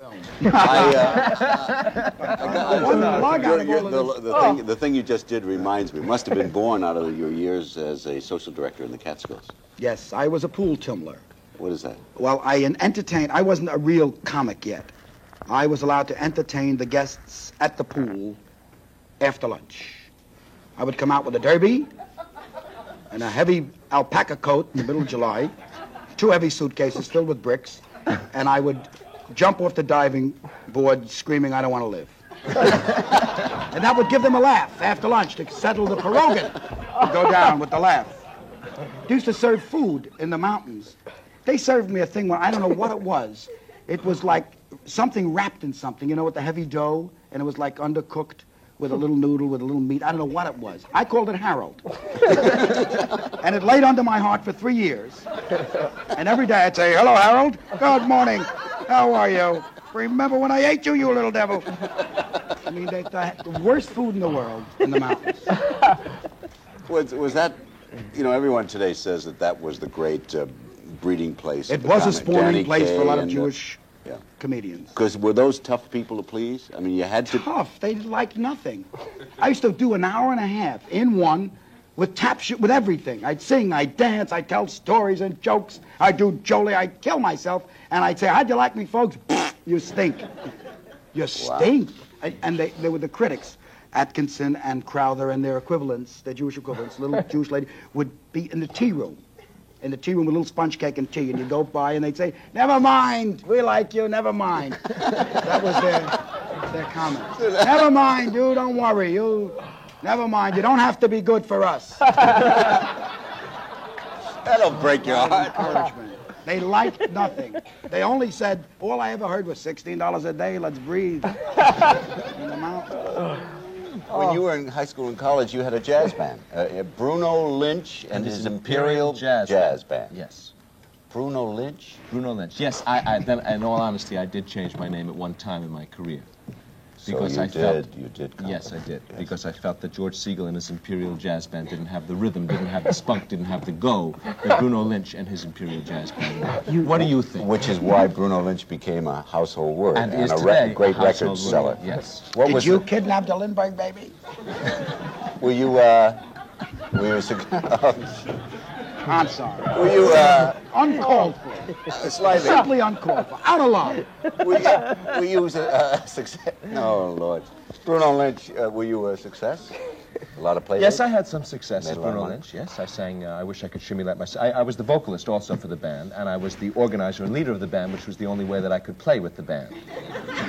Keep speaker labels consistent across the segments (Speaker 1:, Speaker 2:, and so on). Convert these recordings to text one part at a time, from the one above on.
Speaker 1: going.
Speaker 2: I, uh, I got,
Speaker 3: Why not?
Speaker 2: I,
Speaker 3: I gotta
Speaker 2: your-
Speaker 3: go
Speaker 2: your-
Speaker 3: to
Speaker 2: the, the
Speaker 3: Oh.
Speaker 2: thing, the thing you just did reminds me. Must have been born out of your years as a social director in the Catskills.
Speaker 3: Yes, I was a pool tumbler.
Speaker 2: What is that?
Speaker 3: Well, I en- entertained. I wasn't a real comic yet. I was allowed to entertain the guests at the pool after lunch. I would come out with a derby and a heavy alpaca coat in the middle of July, two heavy suitcases filled with bricks, and I would jump off the diving board screaming, I don't want to live. and that would give them a laugh after lunch to settle the pierogan and go down with the laugh. They used to serve food in the mountains. They served me a thing when I don't know what it was. It was like something wrapped in something, you know, with a heavy dough, and it was like undercooked with a little noodle, with a little meat. I don't know what it was. I called it Harold. and it laid under my heart for three years. And every day I'd say, Hello, Harold. Good morning. How are you? Remember when I ate you, you little devil? I mean, they, they had the worst food in the world in the mountains.
Speaker 2: Was, was that? You know, everyone today says that that was the great uh, breeding place. of
Speaker 3: It
Speaker 2: the
Speaker 3: was a
Speaker 2: comic. Danny
Speaker 3: spawning place for a
Speaker 2: Kaye
Speaker 3: lot of
Speaker 2: and, uh,
Speaker 3: Jewish
Speaker 2: yeah.
Speaker 3: comedians.
Speaker 2: Because were those tough people to please? I mean, you had to.
Speaker 3: tough. They liked nothing. I used to do an hour and a half in one with tap shoot, with everything. I'd sing, I'd dance, I'd tell stories and jokes. I'd do Jolie, I'd kill myself, and I'd say, How'd you like me, folks? you stink. You stink. I- And they, they were the critics. Atkinson and Crowther and their equivalents, their Jewish equivalents, little Jewish lady, would be in the tea room. In the tea room with a little sponge cake and tea, and you'd go by and they'd say, Never mind, we like you, never mind. That was their, their comment. Never mind, you don't worry. You, never mind. You don't have to be good for us.
Speaker 2: That'll break your heart.
Speaker 3: Encouragement. They liked nothing. They only said, all I ever heard was $16 a day, let's breathe. In the mountains. Oh.
Speaker 2: When you were in high school and college, you had a jazz band. Uh, Bruno Lynch and, his, Imperial, Jazz, Band.
Speaker 1: Yes.
Speaker 2: Bruno Lynch?
Speaker 1: Bruno Lynch. Yes, I, I, that, in all honesty, I did change my name at one time in my career.
Speaker 2: so you
Speaker 1: I
Speaker 2: did.
Speaker 1: felt.
Speaker 2: you did.
Speaker 1: Yes, I did. Because I felt that George Siegel and his Imperial Jazz Band didn't have the rhythm, didn't have the spunk, didn't have the go that Bruno Lynch and his Imperial Jazz Band had. What do you think?
Speaker 2: Which is why Bruno Lynch became a household word
Speaker 1: and is
Speaker 2: a
Speaker 1: today
Speaker 2: rec- great
Speaker 1: a household
Speaker 2: record
Speaker 1: word.
Speaker 2: seller.
Speaker 1: Yes.
Speaker 2: What
Speaker 3: Did
Speaker 2: was
Speaker 3: you
Speaker 2: the-
Speaker 3: kidnap the Lindbergh baby?
Speaker 2: were you? Uh, were you? a cigar-
Speaker 3: I'm sorry.
Speaker 2: were you? Uh,
Speaker 3: Uncalled for.
Speaker 2: slightly.
Speaker 3: Simply uncalled for. Out of line.
Speaker 2: Were you, were you a uh, success? No, Lord. Bruno Lynch, uh, were you a success? A lot of plays.
Speaker 1: Yes, I had some success
Speaker 2: Made
Speaker 1: as
Speaker 2: a lot of
Speaker 1: Bruno
Speaker 2: money.
Speaker 1: Lynch. Yes, I sang uh, I Wish I Could Shimmy Like Myself. I, I was the vocalist also for the band, and I was the organizer and leader of the band, which was the only way that I could play with the band.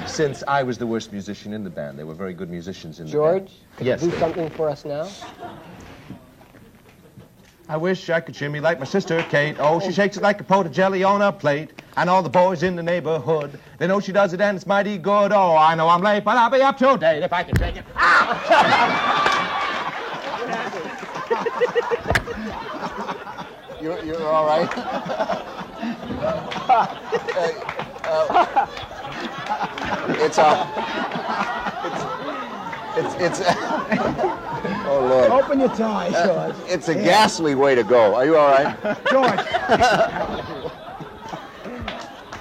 Speaker 1: Since I was the worst musician in the band, they were very good musicians in the band.
Speaker 4: George, could
Speaker 1: Yes,
Speaker 4: you
Speaker 1: they-
Speaker 4: do something for us now?
Speaker 1: I wish I could shimmy like my sister Kate. Oh, she shakes it like a pot of jelly on a plate. And all the boys in the neighborhood, they know she does it and it's mighty good. Oh, I know I'm late, but I'll be up to date if I can shake it.
Speaker 2: You're, you're all right. uh, uh, it's a. It's it's. it's oh Lord.
Speaker 3: Open your tie, George.
Speaker 2: It's a ghastly way to go. Are you all right?
Speaker 3: George.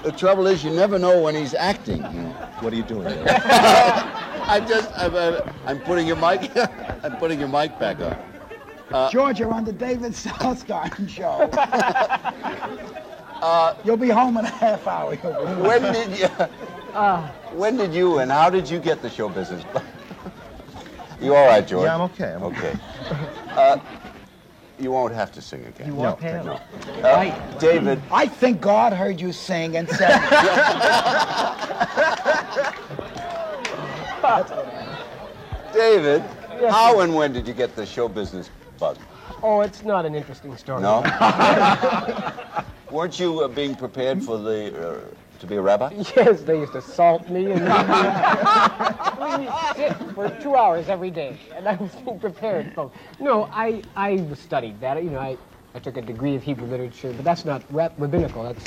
Speaker 2: The trouble is, you never know when he's acting. you know.
Speaker 1: What are you doing there?
Speaker 2: I'm just, I'm, uh, I'm putting your mic, I'm putting your mic back on. Uh,
Speaker 3: George, you're on the David Southgarden show.
Speaker 2: Uh,
Speaker 3: You'll be home in a half hour. You'll be home.
Speaker 2: When did you,
Speaker 1: Ah.
Speaker 2: when did you, and how did you get the show business? you all right, George?
Speaker 1: Yeah, I'm okay. I'm
Speaker 2: okay. Uh, you won't have to sing again. You
Speaker 1: won't
Speaker 2: No. no. Uh, David,
Speaker 3: I think God heard you sing and said,
Speaker 2: David, how and when did you get the show business bug?
Speaker 4: Oh, it's not an interesting story.
Speaker 2: No. Weren't you uh, being prepared for the uh, to be a rabbi?
Speaker 4: Yes, they used to salt me and leave me sit for two hours every day, and I was being prepared. folks. no, I I studied that. You know, I, I took a degree of Hebrew literature, but that's not rab- rabbinical. That's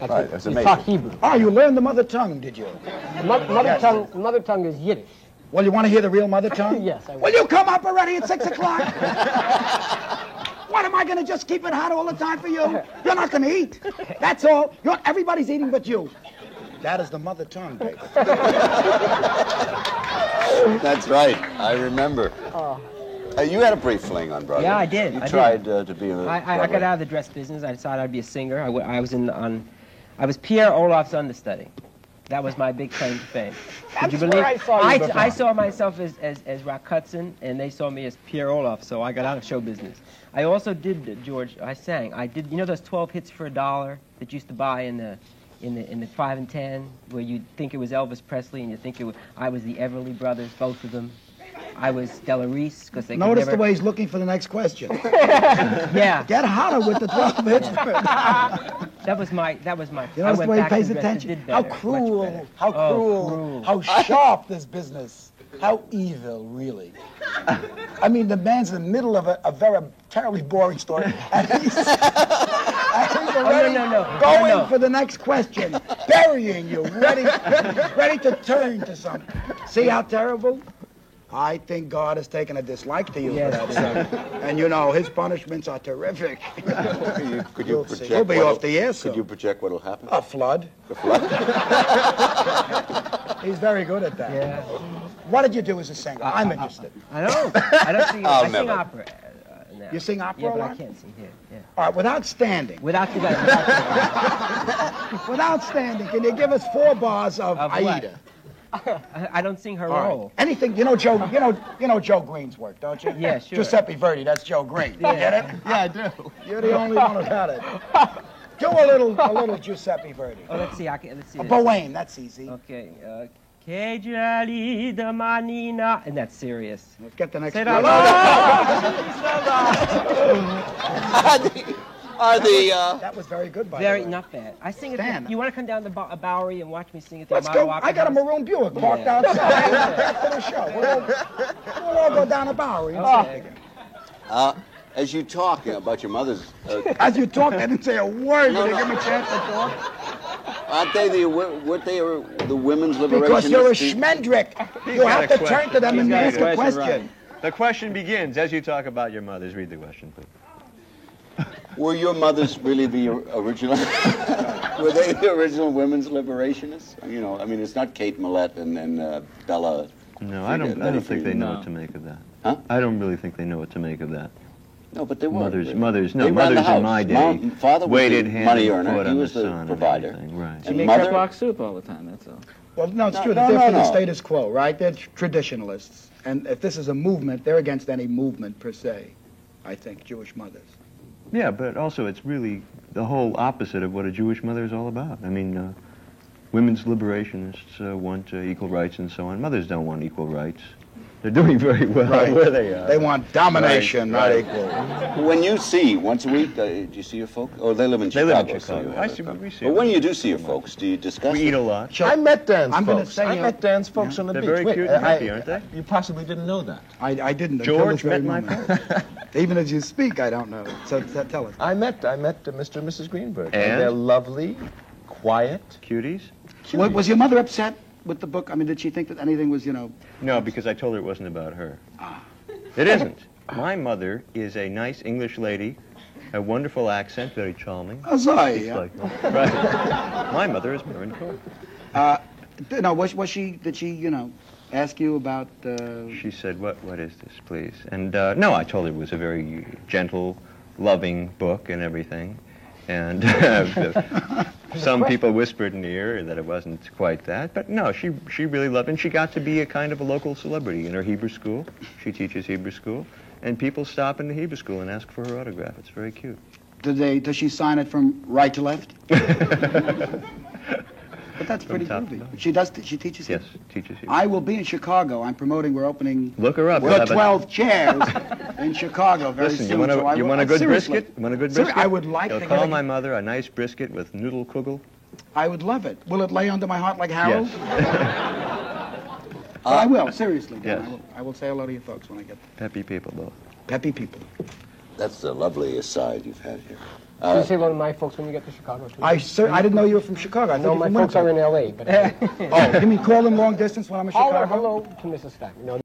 Speaker 4: that's
Speaker 2: Right, that's
Speaker 4: you talk
Speaker 2: amazing.
Speaker 4: Hebrew.
Speaker 3: Oh, you learned the mother tongue, did you?
Speaker 4: Mo- mother tongue mother tongue is Yiddish.
Speaker 3: Well, you want to hear the real mother tongue?
Speaker 4: Yes, I
Speaker 3: Will you come up already at 6 o'clock? what am I going to just keep it hot all the time for you? You're not going to eat. That's all. You're, everybody's eating but you. That is the mother tongue, baby.
Speaker 2: That's right. I remember. Uh, you had a brief fling on Broadway.
Speaker 5: Oh. Yeah, I did.
Speaker 2: You
Speaker 5: I did.
Speaker 2: tried Uh, to be a.
Speaker 5: I, I, I got out of the dress business. I decided I'd be a singer. I, w- I was in on, I was Pierre Olaf's understudy. That was my big claim to fame. Could you
Speaker 4: That's where
Speaker 5: believe?
Speaker 4: I saw you
Speaker 5: I,
Speaker 4: before.
Speaker 5: I saw myself as, as, as Rock Hudson, and they saw me as Pierre Olaf. So I got out of show business. I also did uh, George. I sang. I did. You know those twelve hits for a dollar that you used to buy in the. In the, in the five and ten, where you think it was Elvis Presley, and you think it was I was the Everly Brothers, both of them. I was Stella Reese because they could
Speaker 3: Notice
Speaker 5: never,
Speaker 3: the way he's looking for the next question.
Speaker 5: yeah
Speaker 3: Get hotter with the 12 hits.
Speaker 5: That was my. That was my.
Speaker 3: You
Speaker 5: I
Speaker 3: notice the
Speaker 5: went
Speaker 3: way he
Speaker 5: back and
Speaker 3: pays
Speaker 5: dressed and
Speaker 3: attention?
Speaker 5: did
Speaker 6: How
Speaker 5: better, much better.
Speaker 6: cruel, how
Speaker 5: Oh,
Speaker 6: cruel,
Speaker 5: cruel.
Speaker 6: how sharp this business. How evil, really. I mean, the man's in the middle of a, a very terribly boring story. And he's, and he's already
Speaker 5: Oh, no, no, no.
Speaker 6: going
Speaker 5: No, no.
Speaker 6: for
Speaker 3: for the next question, burying you, ready, ready to turn to something. See how terrible? I think God has taken a dislike to you for
Speaker 5: Yes,
Speaker 3: that, son. And you know, his punishments are terrific.
Speaker 2: Could you, could
Speaker 3: We'll
Speaker 2: you
Speaker 3: see.
Speaker 2: project
Speaker 3: We'll be
Speaker 2: what'll-
Speaker 3: off the air soon.
Speaker 2: Could you project what'll happen?
Speaker 5: Oh.
Speaker 3: A flood.
Speaker 2: The flood?
Speaker 3: He's very good at that.
Speaker 5: Yeah.
Speaker 3: What did you do as a singer?
Speaker 5: Uh,
Speaker 3: I'm interested.
Speaker 5: I don't. I don't sing.
Speaker 2: I'll
Speaker 5: I sing
Speaker 2: never.
Speaker 5: opera. uh, now.
Speaker 3: You sing opera
Speaker 5: Yeah,
Speaker 3: a
Speaker 5: but I
Speaker 3: lot?
Speaker 5: can't sing here. Yeah.
Speaker 3: All right, without standing,
Speaker 5: Without you guys. without you guys.
Speaker 3: without standing, can you give us four bars of,
Speaker 5: Of what? Oh.
Speaker 3: Aida?
Speaker 5: I, I don't sing her
Speaker 3: All right.
Speaker 5: role.
Speaker 3: Anything you know, Joe. You know, you know Joe Green's work, don't you?
Speaker 5: Yeah, sure.
Speaker 3: Giuseppe Verdi. That's Joe Green. You
Speaker 5: Yeah.
Speaker 3: get it?
Speaker 5: Yeah, I do.
Speaker 3: You're the only one who got it. Do a little, a little Giuseppe Verdi.
Speaker 5: Oh, let's see. I can, let's see.
Speaker 3: A
Speaker 5: this.
Speaker 3: Bohème, that's easy.
Speaker 5: Okay. Uh, che gialli da manina. And that's serious.
Speaker 3: Let's get the next
Speaker 5: Say
Speaker 3: one.
Speaker 5: that.
Speaker 2: are the, are the uh,
Speaker 3: That was very good, by
Speaker 5: Very
Speaker 3: the way.
Speaker 5: not bad. I sing it.
Speaker 3: Stand.
Speaker 5: You want to come down to Bo- uh, Bowery and watch me sing at the
Speaker 3: Let's
Speaker 5: Model
Speaker 3: go.
Speaker 5: Opera
Speaker 3: I got a
Speaker 5: House?
Speaker 3: maroon Buick parked outside after the show. We'll, all- we'll all go down the Bowery. and see it again.
Speaker 5: Oh.
Speaker 2: as you talk about your mother's, uh,
Speaker 3: As you talk, I didn't say a word.
Speaker 2: No, no.
Speaker 3: You didn't give me a chance to talk.
Speaker 2: aren't they the weren't they uh, the women's liberation?
Speaker 3: Because you're a
Speaker 2: speak-
Speaker 3: schmendrick. You
Speaker 7: got
Speaker 3: have
Speaker 7: a
Speaker 3: to turn to them
Speaker 7: He's
Speaker 3: and
Speaker 7: got
Speaker 3: ask a question.
Speaker 7: Ronnie. The question begins as you talk about your mothers. Read the question, please.
Speaker 2: Were your mothers really the or- original? Were they the original women's liberationists? You know, I mean, it's not Kate Millett and, and uh, Bella.
Speaker 7: No, I don't. I don't think they know what to make of that.
Speaker 2: Huh?
Speaker 7: I don't really think they know what to make of that.
Speaker 2: No, but they were
Speaker 7: Mothers,
Speaker 2: They-
Speaker 7: mothers,
Speaker 2: they
Speaker 7: no,
Speaker 2: ran the
Speaker 7: mothers
Speaker 2: house.
Speaker 7: in my day.
Speaker 2: Mom, father was
Speaker 7: waited
Speaker 2: the
Speaker 7: hand
Speaker 2: money
Speaker 7: and
Speaker 2: earner.
Speaker 7: foot
Speaker 2: He
Speaker 7: on
Speaker 2: was
Speaker 7: the
Speaker 2: the
Speaker 7: son and
Speaker 2: provider.
Speaker 7: everything, Right.
Speaker 2: And
Speaker 8: Makes
Speaker 2: mother,
Speaker 8: us rock soup all the time, that's all.
Speaker 3: Well, no, it's
Speaker 2: No,
Speaker 3: true.
Speaker 2: no,
Speaker 3: they're
Speaker 2: no,
Speaker 3: for the
Speaker 2: no.
Speaker 3: status quo, right? They're tr- traditionalists. And if this is a movement, they're against any movement per se, I think, Jewish mothers.
Speaker 7: Yeah, but also it's really the whole opposite of what a Jewish mother is all about. I mean, uh, women's liberationists uh, want uh, equal rights and so on. Mothers don't want equal rights. They're doing very well where they are.
Speaker 3: They want domination,
Speaker 7: Right, right.
Speaker 3: not equal.
Speaker 2: When you see once a week, uh, do you see your folks? Oh, they live in
Speaker 7: They
Speaker 2: Chicago.
Speaker 7: live in
Speaker 2: so
Speaker 7: Chicago.
Speaker 2: you
Speaker 7: I
Speaker 2: have
Speaker 7: see-
Speaker 2: it.
Speaker 7: we see
Speaker 2: But
Speaker 7: them.
Speaker 2: when you do see your folks, do you discuss?
Speaker 7: we eat a
Speaker 2: it?
Speaker 7: lot.
Speaker 1: I met Dan's
Speaker 3: I'm gonna
Speaker 1: folks.
Speaker 3: say,
Speaker 1: I
Speaker 3: uh,
Speaker 1: met Dan's folks on the
Speaker 7: They're
Speaker 1: beach.
Speaker 7: very
Speaker 1: Wait,
Speaker 7: cute and
Speaker 1: I-
Speaker 7: happy, aren't they?
Speaker 1: You possibly didn't know that.
Speaker 3: I, I didn't until this
Speaker 7: George
Speaker 3: very
Speaker 7: met my
Speaker 3: moment. Even as you speak, I don't know. So t- tell us.
Speaker 1: I met I met uh, Mr. and Mrs. Greenberg.
Speaker 7: And?
Speaker 1: they're lovely, quiet.
Speaker 7: Cuties?
Speaker 3: Was, was your mother upset with the book? I mean, did she think that anything was, you know?
Speaker 7: No, because I told her it wasn't about her. It isn't. My mother is a nice English lady, a wonderful accent, very charming.
Speaker 3: Oh, sorry.
Speaker 7: It's
Speaker 3: yeah.
Speaker 7: like- right. My mother is Marin Cohen.
Speaker 3: D- No, was, was she? Did she, you know, ask you about? Uh,
Speaker 7: She said, "What? What is this, please?" And uh, no, I told her it was a very gentle, loving book and everything. And uh, some people whispered in the ear that it wasn't quite that, but no, she she really loved, and she got to be a kind of a local celebrity in her Hebrew school. She teaches Hebrew school, and people stop in the Hebrew school and ask for her autograph. It's very cute.
Speaker 3: did they? Does she sign it from right to left? but that's pretty
Speaker 7: top to
Speaker 3: groovy.
Speaker 7: bottom.
Speaker 3: She does. She teaches.
Speaker 7: Yes, teaches Hebrew.
Speaker 3: I will be in Chicago. I'm promoting. We're opening
Speaker 7: Look her up. We'll
Speaker 3: the
Speaker 7: have a-
Speaker 3: 12 chairs in Chicago very
Speaker 7: Listen,
Speaker 3: soon.
Speaker 7: you want
Speaker 3: so I
Speaker 7: a, you
Speaker 3: will-
Speaker 7: want a
Speaker 3: I-
Speaker 7: good
Speaker 3: seriously,
Speaker 7: brisket? You want a good
Speaker 3: Seri-
Speaker 7: brisket?
Speaker 3: I would like
Speaker 7: You'll
Speaker 3: to
Speaker 7: call
Speaker 3: get a-
Speaker 7: my mother a nice brisket with noodle kugel.
Speaker 3: I would love it. Will it lay under my heart like Harold?
Speaker 7: Yes.
Speaker 3: But I will. Seriously, Dan,
Speaker 7: Yes.
Speaker 3: I, will, I will say hello to you folks when I get there.
Speaker 7: Happy people both.
Speaker 3: Peppy people.
Speaker 2: That's the lovely aside you've had here. Uh,
Speaker 4: you say hello to my folks when you get to Chicago, too.
Speaker 3: I sir, I didn't know you were from Chicago. I
Speaker 4: know
Speaker 3: know
Speaker 4: my folks are in L.A., but
Speaker 3: Oh, you mean call them long distance when I'm in
Speaker 4: I'll
Speaker 3: Chicago?
Speaker 4: hello to Mrs. Stack. No,